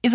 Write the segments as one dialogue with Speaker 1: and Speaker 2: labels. Speaker 1: is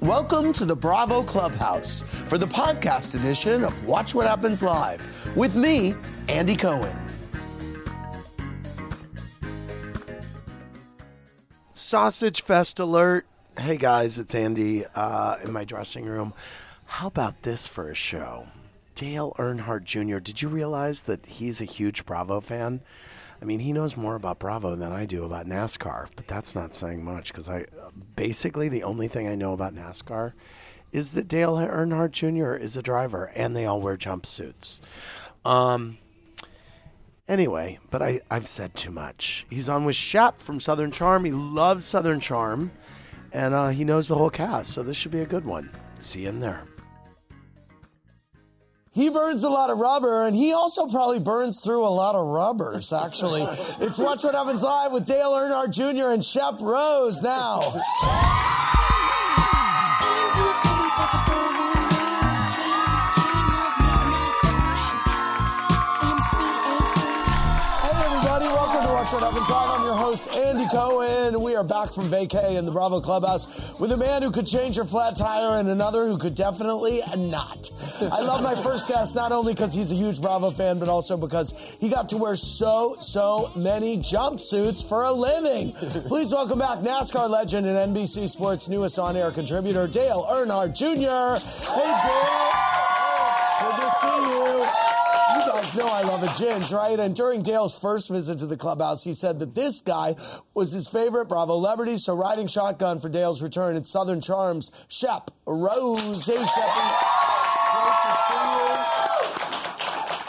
Speaker 2: Welcome to the Bravo Clubhouse for the podcast edition of Watch What Happens Live with me, Andy Cohen. Sausage Fest alert. Hey guys, it's Andy uh, in my dressing room. How about this for a show? Dale Earnhardt Jr., did you realize that he's a huge Bravo fan? I mean, he knows more about Bravo than I do about NASCAR, but that's not saying much because I basically the only thing I know about NASCAR is that Dale Earnhardt Jr. is a driver and they all wear jumpsuits. Um, anyway, but I, I've said too much. He's on with Shep from Southern Charm. He loves Southern Charm and uh, he knows the whole cast, so this should be a good one. See you in there. He burns a lot of rubber, and he also probably burns through a lot of rubbers, actually. it's Watch What Happens Live with Dale Earnhardt Jr. and Shep Rose now. Hey, everybody, welcome to Watch What Happens Live. I'm your host, Andy Cohen. We are back from vacay in the Bravo Clubhouse with a man who could change your flat tire and another who could definitely not. I love my first guest not only because he's a huge Bravo fan, but also because he got to wear so, so many jumpsuits for a living. Please welcome back NASCAR legend and NBC Sports' newest on air contributor, Dale Earnhardt Jr. Hey, Dale. Good to see you. You guys know I love a ginge, right? And during Dale's first visit to the clubhouse, he said that this guy was his favorite Bravo celebrity. So riding shotgun for Dale's return at Southern Charms, Shep Rose. Hey, Sheppy. Great to see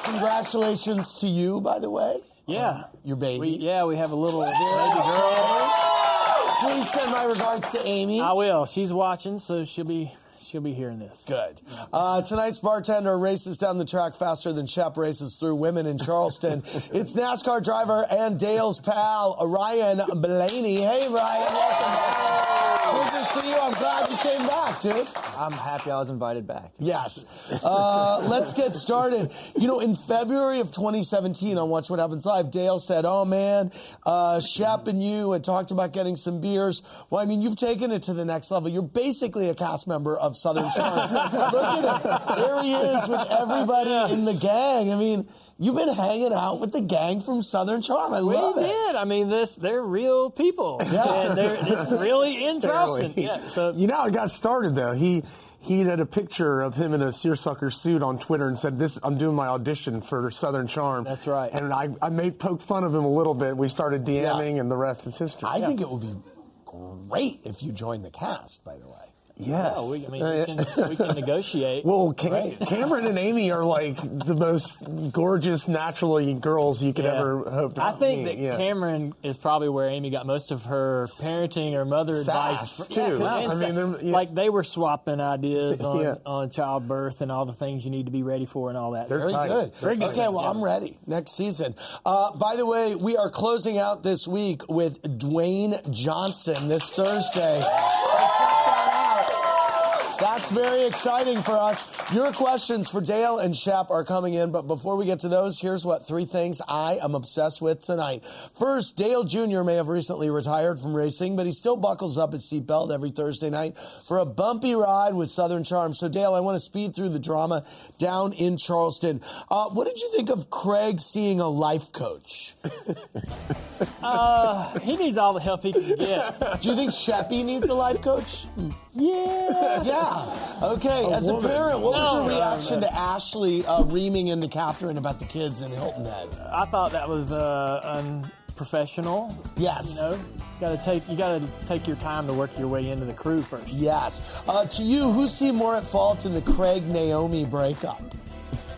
Speaker 2: you. Congratulations to you, by the way.
Speaker 3: Yeah.
Speaker 4: Um,
Speaker 2: Your baby.
Speaker 3: We, yeah, we have a little baby girl.
Speaker 2: Please send my regards to Amy.
Speaker 3: I will. She's watching, so she'll be she'll be hearing this.
Speaker 2: Good. Uh, tonight's bartender races down the track faster than Shep races through women in Charleston. it's NASCAR driver and Dale's pal, Ryan Blaney. Hey, Ryan, welcome. Good to see you. I'm glad you came back, dude.
Speaker 5: I'm happy I was invited back.
Speaker 2: Yes. Uh, let's get started. You know, in February of 2017 on Watch What Happens Live, Dale said, Oh man, uh, Shep and you had talked about getting some beers. Well, I mean, you've taken it to the next level. You're basically a cast member of Southern Charm. Look at him. There he is with everybody in the gang. I mean, you've been hanging out with the gang from Southern Charm. I
Speaker 3: We
Speaker 2: love it.
Speaker 3: did. I mean, this they're real people.
Speaker 2: Yeah.
Speaker 3: And they're, it's really interesting. Yeah. So
Speaker 4: You know how it got started though. He he had a picture of him in a seersucker suit on Twitter and said, "This I'm doing my audition for Southern Charm."
Speaker 3: That's right.
Speaker 4: And I, I made poke fun of him a little bit. We started DMing, and the rest is history.
Speaker 2: I think it would be great if you joined the cast, by the way.
Speaker 4: yes.
Speaker 3: yeah, oh, we, I mean,
Speaker 4: Uh,
Speaker 3: we can, we can negotiate.
Speaker 4: well, Ca-
Speaker 2: Right.
Speaker 4: Cameron and Amy are like the most gorgeous, naturally girls you could
Speaker 3: Yeah.
Speaker 4: ever hope to
Speaker 3: I think
Speaker 4: meet.
Speaker 3: that
Speaker 4: yeah.
Speaker 3: Cameron is probably where Amy got most of her parenting or mother
Speaker 4: Sass,
Speaker 3: advice
Speaker 4: too.
Speaker 3: Yeah, 'cause-
Speaker 4: Wow.
Speaker 3: and
Speaker 4: I mean,
Speaker 3: so-
Speaker 4: they're- yeah.
Speaker 3: like they were swapping ideas on,
Speaker 4: Yeah.
Speaker 3: on childbirth and all the things you need to be ready for and all that.
Speaker 4: They're
Speaker 3: So-
Speaker 2: Very
Speaker 4: tight.
Speaker 2: good.
Speaker 3: Very good.
Speaker 2: Okay, well, I'm ready next season. Uh, by the way, we are closing out this week with Dwayne Johnson this Thursday. So check that out. That's very exciting for us. Your questions for Dale and Shep are coming in, but before we get to those, here's what three things I am obsessed with tonight. First, Dale Jr. may have recently retired from racing, but he still buckles up his seatbelt every Thursday night for a bumpy ride with Southern Charm. So, Dale, I want to speed through the drama down in Charleston. Uh, what did you think of Craig seeing a life coach?
Speaker 3: he needs all the help he can get.
Speaker 2: Do you think Sheppy needs a life coach?
Speaker 3: Yeah.
Speaker 2: Yeah, Yeah. Okay. As a
Speaker 4: woman.
Speaker 2: parent, what was
Speaker 3: No.
Speaker 2: your reaction to Ashley uh, reaming into Catherine about the kids in Hilton Head?
Speaker 3: I thought that was uh, unprofessional.
Speaker 2: Yes.
Speaker 3: You know, gotta take you gotta take your time to work your way into the crew first.
Speaker 2: Yes. Uh, to you, who seemed more at fault in the Craig Naomi breakup?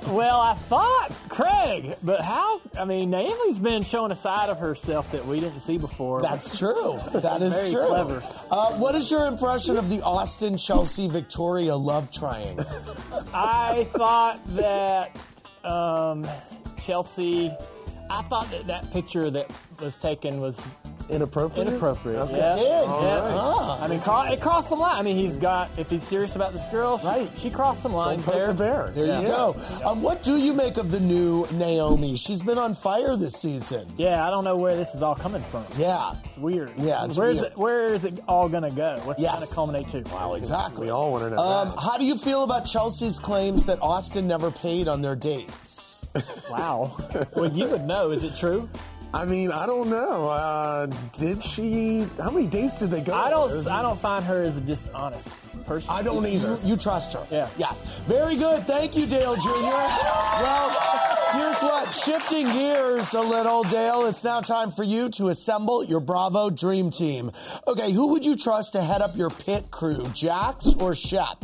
Speaker 3: Well, I thought Craig, but how? I mean, Naomi's been showing a side of herself that we didn't see before.
Speaker 2: That's true. That is
Speaker 3: Very
Speaker 2: true.
Speaker 3: clever.
Speaker 2: Uh, what is your impression of the Austin Chelsea Victoria love triangle?
Speaker 3: I thought that um, Chelsea. I thought that that picture that was taken was
Speaker 4: Inappropriate.
Speaker 3: inappropriate.
Speaker 4: Okay.
Speaker 3: Yeah.
Speaker 2: Did.
Speaker 3: Yeah.
Speaker 2: Huh.
Speaker 3: I mean, cro- it crossed some line. I mean, he's got. If he's serious about this girl, she,
Speaker 2: Right.
Speaker 3: she crossed some lines
Speaker 4: Poke
Speaker 3: there.
Speaker 4: the bear.
Speaker 2: There you go. Um, what do you make of the new Naomi? She's been on fire this season.
Speaker 3: Yeah, I don't know where this is all coming from.
Speaker 2: Yeah.
Speaker 3: It's weird.
Speaker 2: Yeah, it's
Speaker 3: Where's
Speaker 2: weird.
Speaker 3: It, where is it all gonna go? What's
Speaker 2: Yes.
Speaker 3: it gonna culminate to?
Speaker 2: Wow, exactly.
Speaker 4: We all want to know.
Speaker 2: Um,
Speaker 4: that.
Speaker 2: how do you feel about Chelsea's claims that Austin never paid on their dates?
Speaker 3: Wow. well, you would know. Is it true?
Speaker 4: I mean, I don't know. Uh, did she? How many dates did they go?
Speaker 3: I
Speaker 4: on?
Speaker 3: don't. I don't find her as a dishonest person.
Speaker 2: I don't either. You, you trust her.
Speaker 3: Yeah.
Speaker 2: Yes. Very good. Thank you, Dale Jr. Well, here's what. Shifting gears a little, Dale, it's now time for you to assemble your Bravo dream team. Okay, who would you trust to head up your pit crew, Jax or Shep?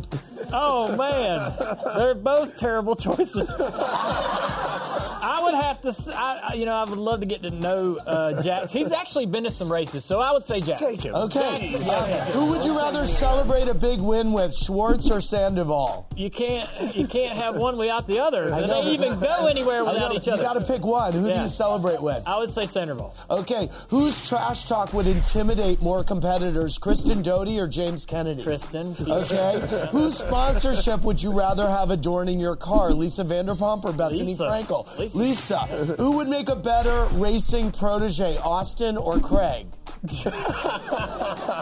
Speaker 3: Oh man, they're both terrible choices. I would have to, s- I, I- you know, I would love to get to know uh, Jax. He's actually been to some races, so I would say Jax.
Speaker 4: take him.
Speaker 2: Okay.
Speaker 3: Jax. Yeah.
Speaker 2: Who would you rather celebrate a big win with, Schwartz or Sandoval?
Speaker 3: You can't, you can't have one without the other. Do
Speaker 2: know.
Speaker 3: they even go anywhere
Speaker 2: I
Speaker 3: without
Speaker 2: know,
Speaker 3: each other?
Speaker 2: You got to pick one. Who do
Speaker 3: Yeah.
Speaker 2: you celebrate with?
Speaker 3: I would say Centerville.
Speaker 2: Okay, whose trash talk would intimidate more competitors, Kristen Doty or James Kennedy?
Speaker 3: Kristen.
Speaker 2: Okay, whose sponsorship would you rather have adorning your car, Lisa Vanderpump or Bethany
Speaker 3: Lisa.
Speaker 2: Frankel?
Speaker 3: Lisa.
Speaker 2: Who would make a better racing protege, Austin or Craig?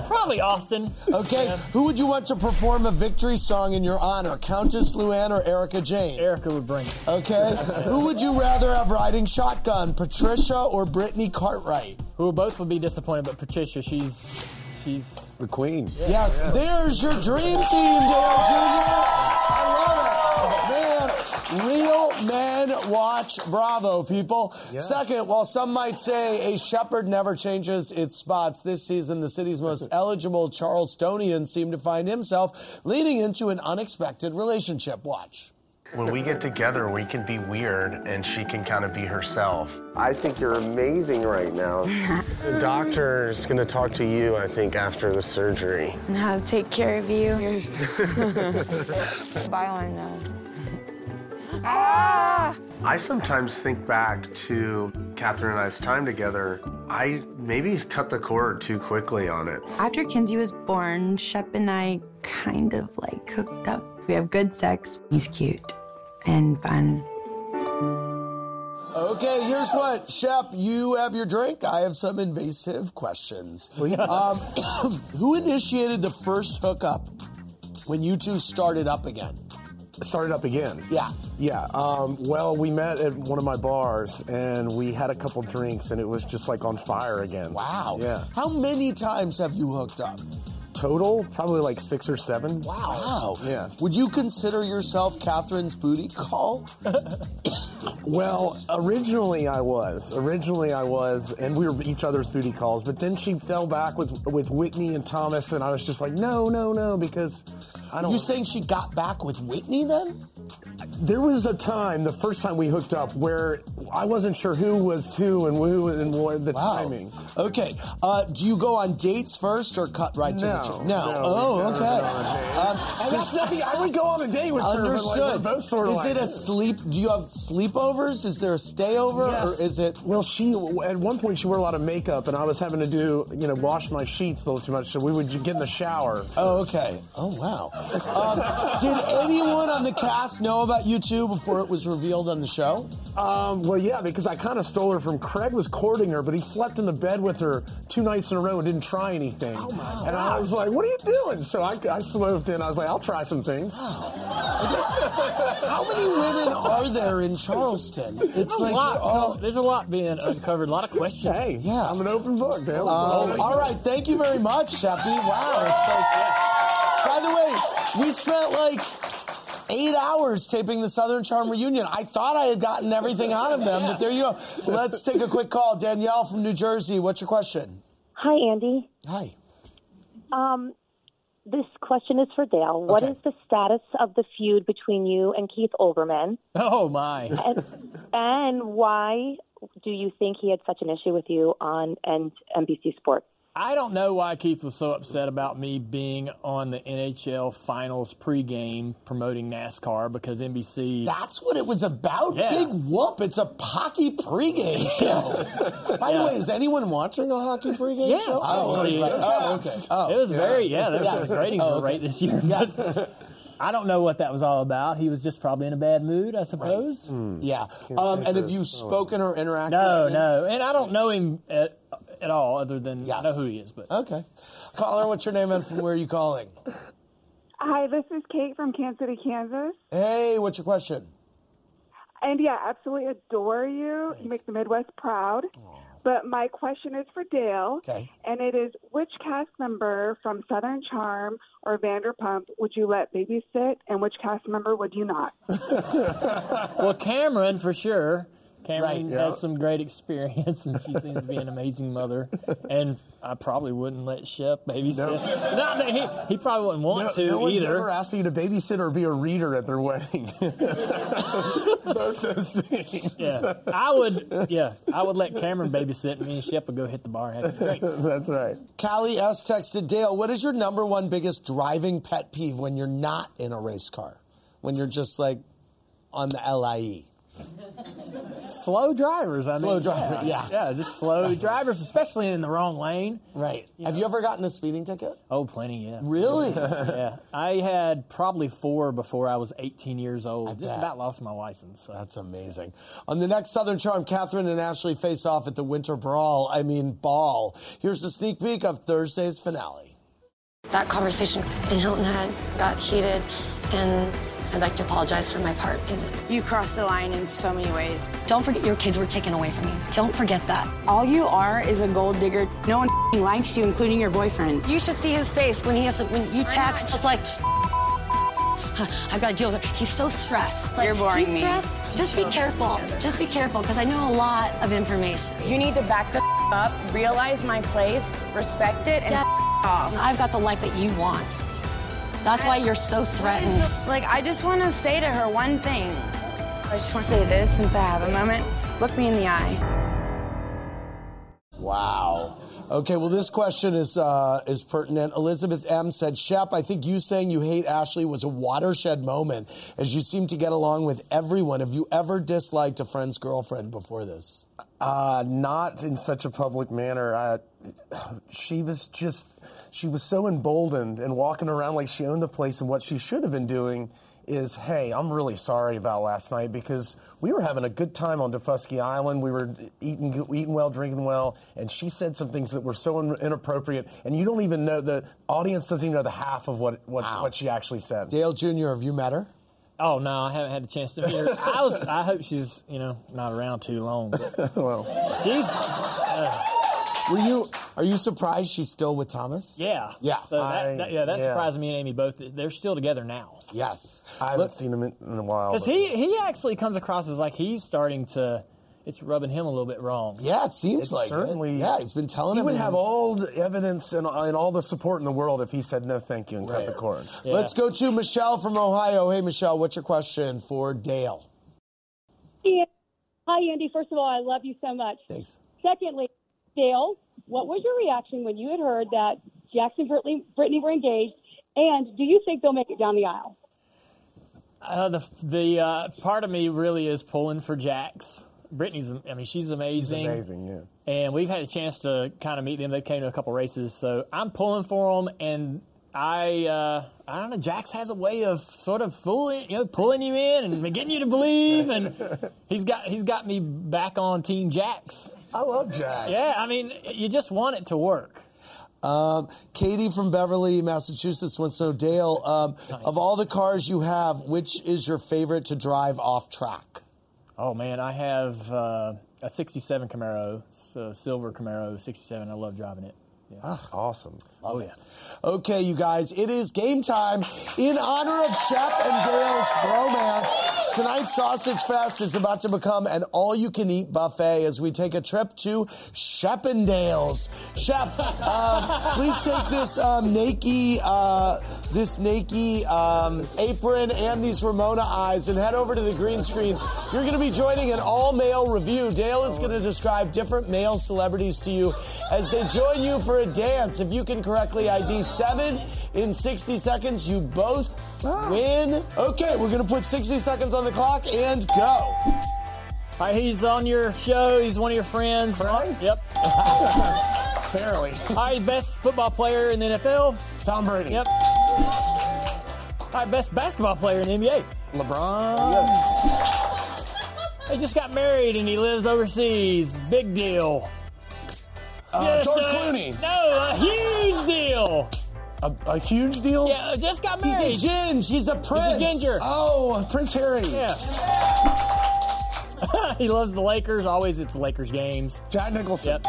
Speaker 3: Probably Austin.
Speaker 2: Okay, who would you want to perform a victory song in your honor, Countess Luann or Erica Jane?
Speaker 3: Erica would bring it.
Speaker 2: Okay, who would you rather have riding shotgun, Patricia or Brittany Cartwright?
Speaker 3: Who both would be disappointed, but Patricia, she's, she's.
Speaker 4: The queen.
Speaker 2: Yes, there's your dream team, Dale Jr. I love it. Man, real men watch Bravo, people. Second, while some might say a shepherd never changes its spots, this season the city's most eligible Charlestonian seemed to find himself leaning into an unexpected relationship. Watch.
Speaker 6: When we get together, we can be weird and she can kind of be herself.
Speaker 7: I think you're amazing right now.
Speaker 6: The doctor is going to talk to you, I think, after the surgery.
Speaker 8: and how to take care of you. Buy one now. Ah!
Speaker 6: I sometimes think back to Catherine and I's time together. I maybe cut the cord too quickly on it.
Speaker 8: After Kinsey was born, Shep and I kind of like hooked up. We have good sex. He's cute and fun.
Speaker 2: Okay, here's what, Shep. You have your drink. I have some invasive questions. Um, who initiated the first hookup when you two started up again?
Speaker 4: Started up again.
Speaker 2: Yeah.
Speaker 4: Yeah. Um, well, we met at one of my bars and we had a couple drinks and it was just like on fire again.
Speaker 2: Wow.
Speaker 4: Yeah.
Speaker 2: How many times have you hooked up?
Speaker 4: Total, probably like six or seven.
Speaker 2: Wow.
Speaker 4: Yeah.
Speaker 2: Would you consider yourself Catherine's booty call?
Speaker 4: Well, originally I was. Originally I was, and we were each other's booty calls. But then she fell back with with Whitney and Thomas, and I was just like, no, no, no, because I don't.
Speaker 2: You saying she got back with Whitney then?
Speaker 4: there was a time, the first time we hooked up, where I wasn't sure who was who and who and what the timing.
Speaker 2: Okay. Uh, do you go on dates first or cut right to the
Speaker 4: No,
Speaker 2: chase? No.
Speaker 4: no,
Speaker 2: oh,
Speaker 4: we've never been on a
Speaker 2: okay.
Speaker 4: date.
Speaker 2: Um,
Speaker 4: And that's nothing. I would go on a date with her. but, like, we're
Speaker 2: Understood.
Speaker 4: both sort of
Speaker 2: is
Speaker 4: like,
Speaker 2: it a sleep? Do you have sleepovers? Is there a stayover?
Speaker 4: Yes.
Speaker 2: Or is it?
Speaker 4: Well, she at one point she wore a lot of makeup, and I was having to do you know wash my sheets a little too much, so we would get in the shower.
Speaker 2: Oh, okay. Oh, wow. Um, did anyone on the cast know about you two before it was revealed on the show?
Speaker 4: Um, well, yeah, because I kind of stole her from Craig was courting her, but he slept in the bed with her two nights in a row and didn't try anything. Oh my and I was like, "What are you doing?" So I, I swerved in. I was like, "I'll try some things."
Speaker 2: How many women are there in Charleston? It's
Speaker 3: There's a
Speaker 2: like,
Speaker 3: lot.
Speaker 2: oh,
Speaker 3: There's a lot being uncovered. A lot of questions.
Speaker 4: Hey,
Speaker 2: Yeah.
Speaker 4: I'm an open book, man.
Speaker 3: Oh,
Speaker 2: um, all right. Thank you very much, Sheppy. Wow, it's like. By the way, we spent like eight hours taping the Southern Charm reunion. I thought I had gotten everything out of them, but there you go. Let's take a quick call. Danielle from New Jersey, what's your question?
Speaker 9: Hi, Andy.
Speaker 2: Hi.
Speaker 9: Um, this question is for Dale. What
Speaker 2: Okay.
Speaker 9: is the status of the feud between you and Keith Olbermann?
Speaker 3: Oh my.
Speaker 9: And, and why do you think he had such an issue with you on and NBC Sports?
Speaker 3: I don't know why Keith was so upset about me being on the NHL Finals pregame promoting NASCAR because NBC.
Speaker 2: That's what it was about.
Speaker 3: Yeah.
Speaker 2: Big whoop. It's a hockey pregame show. By the way, is anyone watching a hockey pregame
Speaker 3: Yes.
Speaker 2: show? Oh,
Speaker 3: Oh,
Speaker 2: it's
Speaker 3: yeah.
Speaker 2: like- oh, okay.
Speaker 3: It
Speaker 2: Oh.
Speaker 3: was very yeah, that was
Speaker 2: Yeah.
Speaker 3: ratings
Speaker 2: Oh,
Speaker 3: were great
Speaker 2: okay.
Speaker 3: this year. but I don't know what that was all about. He was just probably in a bad mood, I suppose.
Speaker 2: Yeah. Um, and have you spoken or interacted?
Speaker 3: No,
Speaker 2: since?
Speaker 3: no, and I don't know him at, at all, other than I
Speaker 2: Yes. Oh,
Speaker 3: know who he is. But
Speaker 2: Okay. Caller, what's your name and from where are you calling?
Speaker 10: Hi, this is Kate from Kansas City, Kansas.
Speaker 2: Hey, what's your question?
Speaker 10: And yeah, absolutely adore you. You make the Midwest proud. But my question is for Dale.
Speaker 2: Okay.
Speaker 10: And it is which cast member from Southern Charm or Vanderpump would you let babysit and which cast member would you not?
Speaker 3: well, Cameron for sure. Cameron
Speaker 2: Right,
Speaker 3: has some great experience, and she seems to be an amazing mother. And I probably wouldn't let Shep babysit. Not that he, he probably wouldn't want
Speaker 4: no
Speaker 3: to
Speaker 4: one's
Speaker 3: either.
Speaker 4: ever asked me to babysit or be a reader at their wedding. Both those things.
Speaker 3: Yeah, I would. Yeah, I would let Cameron babysit, and me and Shep would go hit the bar and have a drink.
Speaker 4: That's right.
Speaker 2: Callie S texted Dale, what is your number one biggest driving pet peeve when you're not in a race car? When you're just like on the E?" LIE?
Speaker 3: Slow drivers. I
Speaker 2: Slow
Speaker 3: mean,
Speaker 2: driver, yeah.
Speaker 3: yeah, just slow drivers, especially in the wrong lane.
Speaker 2: Right. Have you ever gotten a speeding ticket?
Speaker 3: Oh, plenty. Yeah,
Speaker 2: Really?
Speaker 3: yeah. I had probably four before I was 18 years old. just
Speaker 2: bet.
Speaker 3: about lost my license. So.
Speaker 2: That's amazing. On the next Southern Charm, Catherine and Ashley face off at the Winter Brawl. I mean, ball. Here's a sneak peek of Thursday's finale.
Speaker 11: That conversation in Hilton Head got heated, and I'd like to apologize for my part in it.
Speaker 12: You crossed the line in so many ways.
Speaker 11: Don't forget your kids were taken away from you. Don't forget that.
Speaker 12: All you are is a gold digger. No one likes you, including your boyfriend.
Speaker 11: You should see his face when he has to, when you text. It's like, I've got to deal with it. He's so stressed. It's Like,
Speaker 12: You're boring
Speaker 11: He's
Speaker 12: me.
Speaker 11: stressed. Just be careful. Just be careful, because I know a lot of information.
Speaker 12: You need to back the up, realize my place, respect it, and
Speaker 11: Yeah.
Speaker 12: off.
Speaker 11: I've got the life that you want. That's why you're so threatened.
Speaker 12: Like, I just want to say to her one thing. I just want to say this since I have a moment. Look me in the eye.
Speaker 2: Wow. Okay, well, this question is uh, is pertinent. Elizabeth M said, "Shep, I think you saying you hate Ashley was a watershed moment, as you seem to get along with everyone. Have you ever disliked a friend's girlfriend before this?
Speaker 4: Uh, not in such a public manner. I, she was just, she was so emboldened and walking around like she owned the place. And what she should have been doing is, hey, I'm really sorry about last night because we were having a good time on Defusky Island. We were eating, eating well, drinking well, and she said some things that were so in- inappropriate. And you don't even know the audience doesn't even know the half of what what, what she actually said.
Speaker 2: Dale Jr., have you met her?
Speaker 3: Oh no, I haven't had a chance to meet her. I was. I hope she's you know not around too long. But she's
Speaker 2: Were you? Are you surprised she's still with Thomas?
Speaker 3: yeah
Speaker 2: Yeah,
Speaker 3: So that,
Speaker 4: I-
Speaker 3: that- yeah, that
Speaker 4: yeah.
Speaker 3: surprised me and Amy both. They're still together now.
Speaker 2: Yes.
Speaker 4: I haven't
Speaker 2: Let's-
Speaker 4: seen him in, in a while.
Speaker 3: Because
Speaker 4: but-
Speaker 3: he he actually comes across as like he's starting to. It's rubbing him a little bit wrong.
Speaker 2: yeah, it seems like it.
Speaker 4: certainly.
Speaker 2: Yeah, he's been telling.
Speaker 4: He would
Speaker 2: everyone-
Speaker 4: have all the evidence and, and all the support in the world if he said no, thank you, and cut the
Speaker 2: Right.
Speaker 4: cord.
Speaker 2: Let's go to Michelle from Ohio. Hey, Michelle, what's your question for Dale?
Speaker 13: Yeah. Hi, Andy. First of all, I love you so much.
Speaker 2: Thanks.
Speaker 13: Secondly, Dale, what was your reaction when you had heard that Jackson Brittany, Brittany were engaged? And do you think they'll make it down the aisle?
Speaker 3: Uh, the the uh, part of me really is pulling for Jax. Brittany's. I mean, she's amazing.
Speaker 4: Amazing, yeah.
Speaker 3: and we've had a chance to kind of meet them. They came to a couple races, so I'm pulling for them. And I, uh, I don't know. Jax has a way of sort of fooling, you know, pulling you in and getting you to believe. And he's got he's got me back on Team Jax.
Speaker 4: I love Jack.
Speaker 3: Yeah, I mean, you just want it to work.
Speaker 2: Um, Katie from Beverly, Massachusetts wants to know, Dale, um, of all the cars you have, which is your favorite to drive off track?
Speaker 3: Oh man, I have uh, a '67 Camaro, it's a silver Camaro '67. I love driving it.
Speaker 4: Ah, awesome.
Speaker 2: Love it. Okay, you guys, it is game time in honor of Shep and Dale's bromance. Tonight's Sausage Fest is about to become an all you can eat buffet as we take a trip to Shep and Dale's. Shep, um, please take this um, Nike, uh, this Nike um, apron and these Ramona eyes and head over to the green screen. You're going to be joining an all male review. Dale is going to describe different male celebrities to you as they join you for a dance. If you can correctly ID seven in 60 seconds, you both win. Okay, we're going to put 60 seconds on the clock and go.
Speaker 3: All right, Uh, he's on your show. He's one of your friends. Uh, yep. Apparently. All right, best football player in the NFL.
Speaker 4: Tom Brady.
Speaker 3: Yep. All right, best basketball player in the NBA. LeBron. He just got married and he lives overseas. Big deal.
Speaker 4: Uh, George
Speaker 3: uh,
Speaker 4: Clooney.
Speaker 3: No, a huge deal.
Speaker 4: A, a huge deal?
Speaker 3: Yeah, uh, just got
Speaker 2: He's
Speaker 3: married.
Speaker 2: a ginge. He's a prince.
Speaker 3: ginger.
Speaker 4: Oh, Prince Harry.
Speaker 3: Yeah. he loves the Lakers. Always at the Lakers games.
Speaker 4: Jack Nicholson.
Speaker 3: Yep.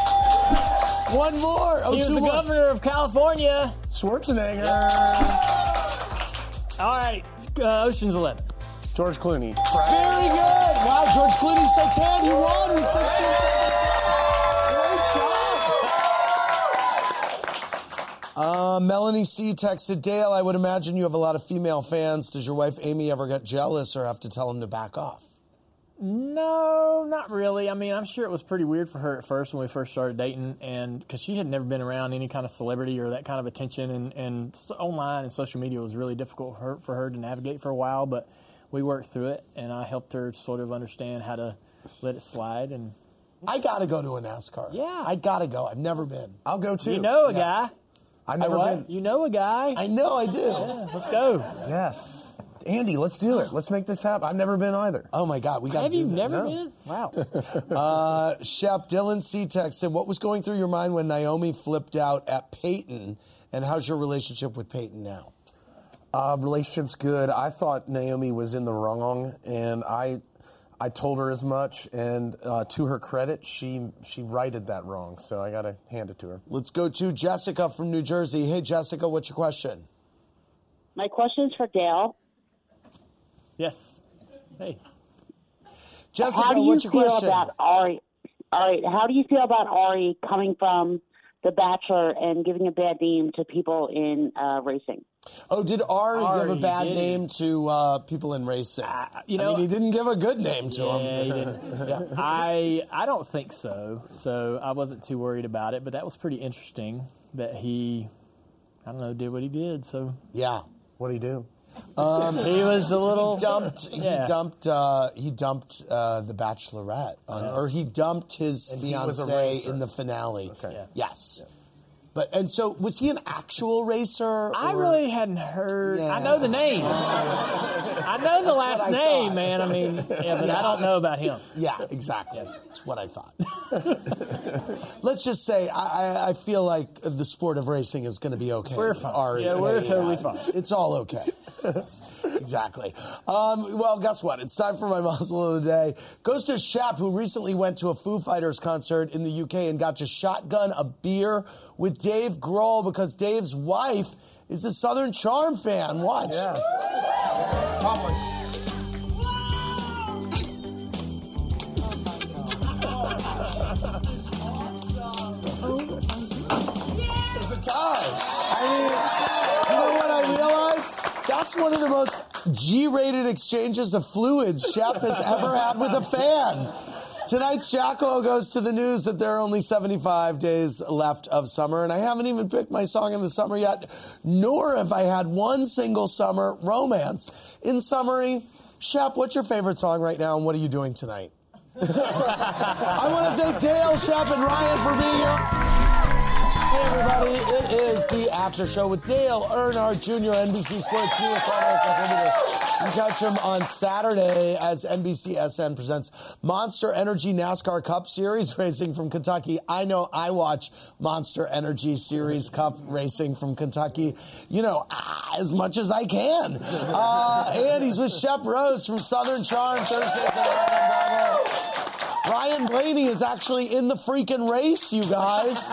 Speaker 2: One more. Oh,
Speaker 3: he was
Speaker 2: two
Speaker 3: the
Speaker 2: more.
Speaker 3: governor of California.
Speaker 4: Schwarzenegger.
Speaker 3: All right, uh, Ocean's Eleven.
Speaker 4: George
Speaker 2: Very
Speaker 4: Clooney.
Speaker 2: good. Wow, George Clooney's so tan. He won with 16 seconds. Great job. Uh, Melanie C texted Dale. I would imagine you have a lot of female fans. Does your wife Amy ever get jealous or have to tell him to back off?
Speaker 3: No, not really. I mean, I'm sure it was pretty weird for her at first when we first started dating, and because she had never been around any kind of celebrity or that kind of attention, and and so online and social media was really difficult for her, for her to navigate for a while. But we worked through it, and I helped her sort of understand how to let it slide. And
Speaker 2: I gotta go to a NASCAR. Yeah, I gotta go. I've never been.
Speaker 4: I'll go too.
Speaker 3: you know a
Speaker 4: Yeah.
Speaker 3: guy.
Speaker 4: I've never
Speaker 2: what?
Speaker 4: been.
Speaker 3: You know a guy.
Speaker 2: I know I do.
Speaker 3: Yeah, let's go.
Speaker 4: Yes. Andy, let's do it. Let's make this happen. I've never been either.
Speaker 2: Oh my God, we gotta
Speaker 3: Have
Speaker 2: do
Speaker 3: you
Speaker 2: this.
Speaker 3: never
Speaker 4: No.
Speaker 3: been? Wow.
Speaker 2: Uh, Shep Dylan C text said, "What was going through your mind when Naomi flipped out at Peyton, and how's your relationship with Peyton now?"
Speaker 4: Uh, relationship's good. I thought Naomi was in the wrong, and I, I told her as much. And uh, to her credit, she she righted that wrong. So I gotta hand it to her.
Speaker 2: Let's go to Jessica from New Jersey. Hey, Jessica, what's your question?
Speaker 13: My question's for Dale.
Speaker 3: yes. Hey.
Speaker 2: Jessica,
Speaker 13: how do you
Speaker 2: what's your
Speaker 13: feel
Speaker 2: question?
Speaker 13: about Ari? All right, how do you feel about Ari coming from The Bachelor and giving a bad name to people in uh, racing?
Speaker 2: oh, did Ari, give
Speaker 3: Ari,
Speaker 2: a bad
Speaker 3: did he?
Speaker 2: name to uh, people in racing?
Speaker 3: you
Speaker 2: I
Speaker 3: know-
Speaker 2: mean, he didn't give a good name to
Speaker 3: Yeah,
Speaker 2: him.
Speaker 3: he didn't. I I don't think so. So I wasn't too worried about it, but that was pretty interesting that he I don't know did what he did. So
Speaker 2: Yeah,
Speaker 4: What do you do?
Speaker 3: he was a little
Speaker 2: dumped.
Speaker 3: Yeah.
Speaker 2: He dumped. Uh, he dumped uh, the Bachelorette, on, or he dumped his
Speaker 4: he was a
Speaker 2: fiance
Speaker 4: racer.
Speaker 2: in the finale.
Speaker 4: Okay. Yeah.
Speaker 2: Yes. But and so was he an actual racer?
Speaker 3: I
Speaker 2: or-
Speaker 3: really hadn't heard. I
Speaker 2: Yeah.
Speaker 3: know the name. I know the last
Speaker 2: I
Speaker 3: name,
Speaker 2: thought.
Speaker 3: man. I mean, yeah, but
Speaker 2: Yeah.
Speaker 3: I don't know about him.
Speaker 2: Yeah, exactly. That's what I thought. Let's just say I, I, I feel like the sport of racing is going to be okay.
Speaker 3: We're
Speaker 2: with
Speaker 3: fine.
Speaker 2: Ari.
Speaker 3: Yeah, we're totally
Speaker 2: yeah.
Speaker 3: fine.
Speaker 2: It's all okay. exactly. Um, well, guess what? It's time for my muzzle of the day. Goes to Shep, who recently went to a Foo Fighters concert in the UK and got to shotgun a beer with Dave Grohl because Dave's wife is a Southern Charm fan. Watch.
Speaker 4: Yeah. Top one.
Speaker 2: It's a tie. I mean, you know what I realized? That's one of the most G-rated exchanges of fluids Shep has ever had with a fan. Tonight's Jackal goes to the news that there are only 75 days left of summer, and I haven't even picked my song of the summer yet, nor have I had one single summer romance. In summary, Shep, what's your favorite song right now, and what are you doing tonight? I want to thank Dale, Shep, and Ryan for being here. Hey everybody, it is the after show with Dale Earnhardt Jr., NBC Sports News Saturday contributor. You can catch him on Saturday as NBCSN presents Monster Energy NASCAR Cup Series racing from Kentucky. I know I watch Monster Energy Series Cup racing from Kentucky, you know, ah, as much as I can. Uh, and he's with Shep Rose from Southern Charm Thursdays at 11. Ryan Blaney is actually in the freaking race, you guys.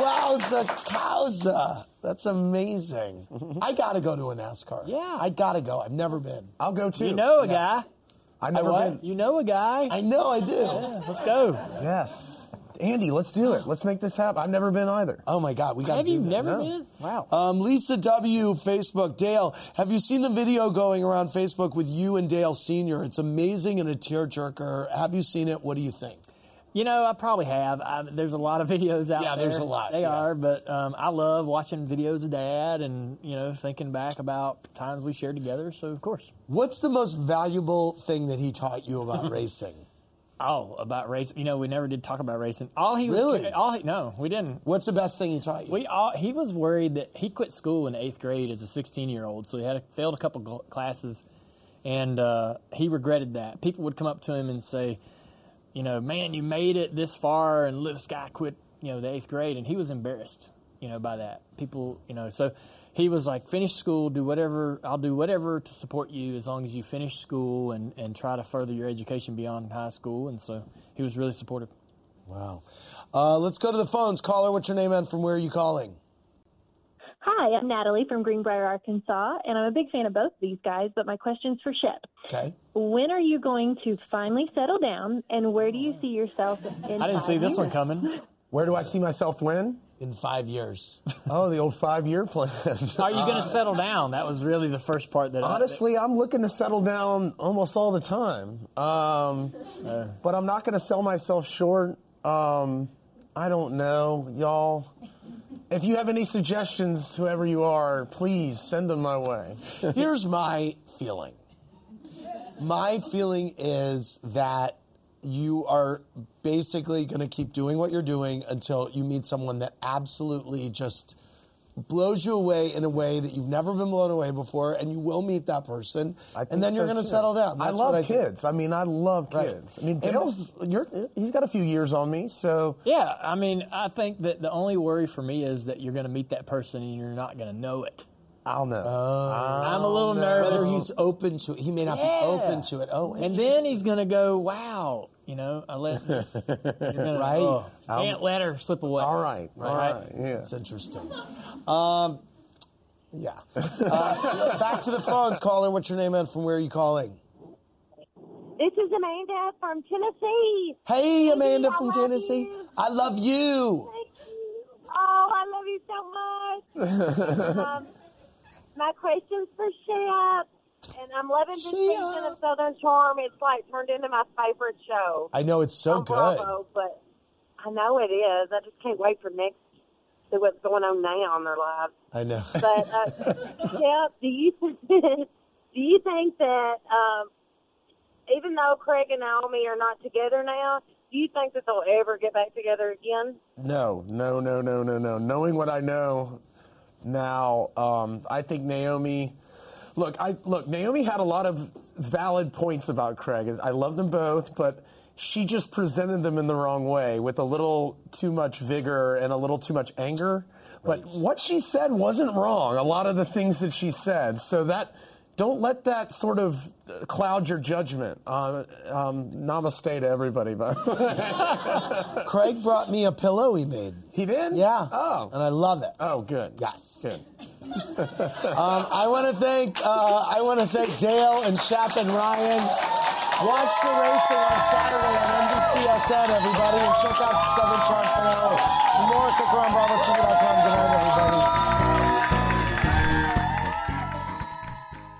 Speaker 2: Wowza, cowza. That's amazing. I gotta go to a NASCAR. Yeah. I gotta go. I've never been. I'll go too.
Speaker 3: You know a
Speaker 2: Yeah.
Speaker 3: guy.
Speaker 2: I've never
Speaker 3: what?
Speaker 2: been.
Speaker 3: You know a guy.
Speaker 2: I know I do.
Speaker 3: Yeah, let's go.
Speaker 4: Yes. Andy, let's do it. Let's make this happen. I've never been either.
Speaker 2: Oh my God, we got.
Speaker 3: Have you never been?
Speaker 2: Wow. Um, Lisa W. Facebook. Dale, have you seen the video going around Facebook with you and Dale Senior? It's amazing and a tearjerker. Have you seen it? What do you think?
Speaker 3: You know, I probably have. I, there's a lot of videos out there.
Speaker 2: Yeah, there's a lot,
Speaker 3: They
Speaker 2: yeah.
Speaker 3: are, but um, I love watching videos of Dad and you know thinking back about times we shared together. So of course.
Speaker 2: What's the most valuable thing that he taught you about racing?
Speaker 3: Oh, about racing. You know, we never did talk about racing. All he was
Speaker 2: Really?
Speaker 3: all he, no, we didn't.
Speaker 2: What's the best thing he taught you?
Speaker 3: We all he was worried that he quit school in eighth grade as a 16 year old, so he had a, failed a couple gl- classes, and uh, he regretted that. People would come up to him and say, you know, man, you made it this far, and this guy quit, you know, the eighth grade, and he was embarrassed, you know, by that. People, you know, so he was like, finish school, do whatever, I'll do whatever to support you as long as you finish school and and try to further your education beyond high school, and so he was really supportive.
Speaker 2: Wow. Uh, let's go to the phones. Caller, what's your name and from where are you calling?
Speaker 14: Hi, I'm Natalie from Greenbrier, Arkansas, and I'm a big fan of both of these guys, but my question's for Shep.
Speaker 2: Okay.
Speaker 14: When are you going to finally settle down, and where do you see yourself in
Speaker 4: Oh. I didn't see this one
Speaker 3: coming.
Speaker 4: Where do I see myself when?
Speaker 2: In five years.
Speaker 4: Oh, the old five year plan.
Speaker 3: Are you
Speaker 2: Uh,
Speaker 3: going to settle down? That was really the first part that
Speaker 4: Honestly, I'm looking to settle down almost all the time, um, but I'm not going to sell myself short. Um, I don't know, y'all. If you have any suggestions, whoever you are, please send them my way.
Speaker 2: Here's my feeling. My feeling is that you are basically going to keep doing what you're doing until you meet someone that absolutely just blows you away in a way that you've never been blown away before, and you will meet that person, and then you're going to settle down.
Speaker 4: I
Speaker 2: That's
Speaker 4: love
Speaker 2: what I think.
Speaker 4: kids. I mean, I love
Speaker 2: Right.
Speaker 4: kids. I mean,
Speaker 2: And-
Speaker 4: Dale's you're, he's got a few years on me, so
Speaker 3: Yeah, I mean, I think that the only worry for me is that you're going to meet that person and you're not going to know it.
Speaker 4: I'll know.
Speaker 3: I'm a little nervous.
Speaker 2: Oh, Whether he's open to it, he may not be open to it. Oh,
Speaker 3: and then he's going to go, "Wow, you know, I let this, you're gonna,
Speaker 2: Right.
Speaker 3: oh,
Speaker 2: Um,
Speaker 3: can't let her slip away." All right,
Speaker 2: All right. That's interesting. Um, yeah. Uh, back to the phones, caller. What's your name and from where are you calling?
Speaker 15: This is Amanda from Tennessee.
Speaker 2: Hey, Amanda
Speaker 15: I
Speaker 2: from
Speaker 15: love
Speaker 2: Tennessee. I love you.
Speaker 15: Oh, I love you so much. um, my question's for Shep, and I'm loving this season of Southern Charm. It's like turned into my favorite show.
Speaker 2: I know it's
Speaker 4: Oh,
Speaker 2: so
Speaker 15: on
Speaker 2: good.
Speaker 15: Oh, Bravo, but I know it is. I just can't wait for next to what's going on now in their lives.
Speaker 2: I know.
Speaker 15: But uh, Shep, do you do you think that um, even though Craig and Naomi are not together now, do you think that they'll ever get back together again?
Speaker 4: No, no, no, no, no, no. Knowing what I know now, um, I think Naomi. Look, I look. Naomi had a lot of valid points about Craig. I love them both, but she just presented them in the wrong way with a little too much vigor and a little too much anger. But what she said wasn't wrong. A lot of the things that she said. So that don't let that sort of cloud your judgment. Uh, um, namaste to everybody. But
Speaker 2: Craig brought me a pillow he made.
Speaker 4: He did?
Speaker 2: Yeah.
Speaker 4: Oh.
Speaker 2: And I love it.
Speaker 4: Oh, good.
Speaker 2: Yes.
Speaker 4: Good.
Speaker 2: um, I want to thank uh, I want to thank Dale and Shep and Ryan. Watch the racing on Saturday on NBCSN, everybody, and check out the Southern Charm finale. For more, click around BravoTV.com. Good night, everybody.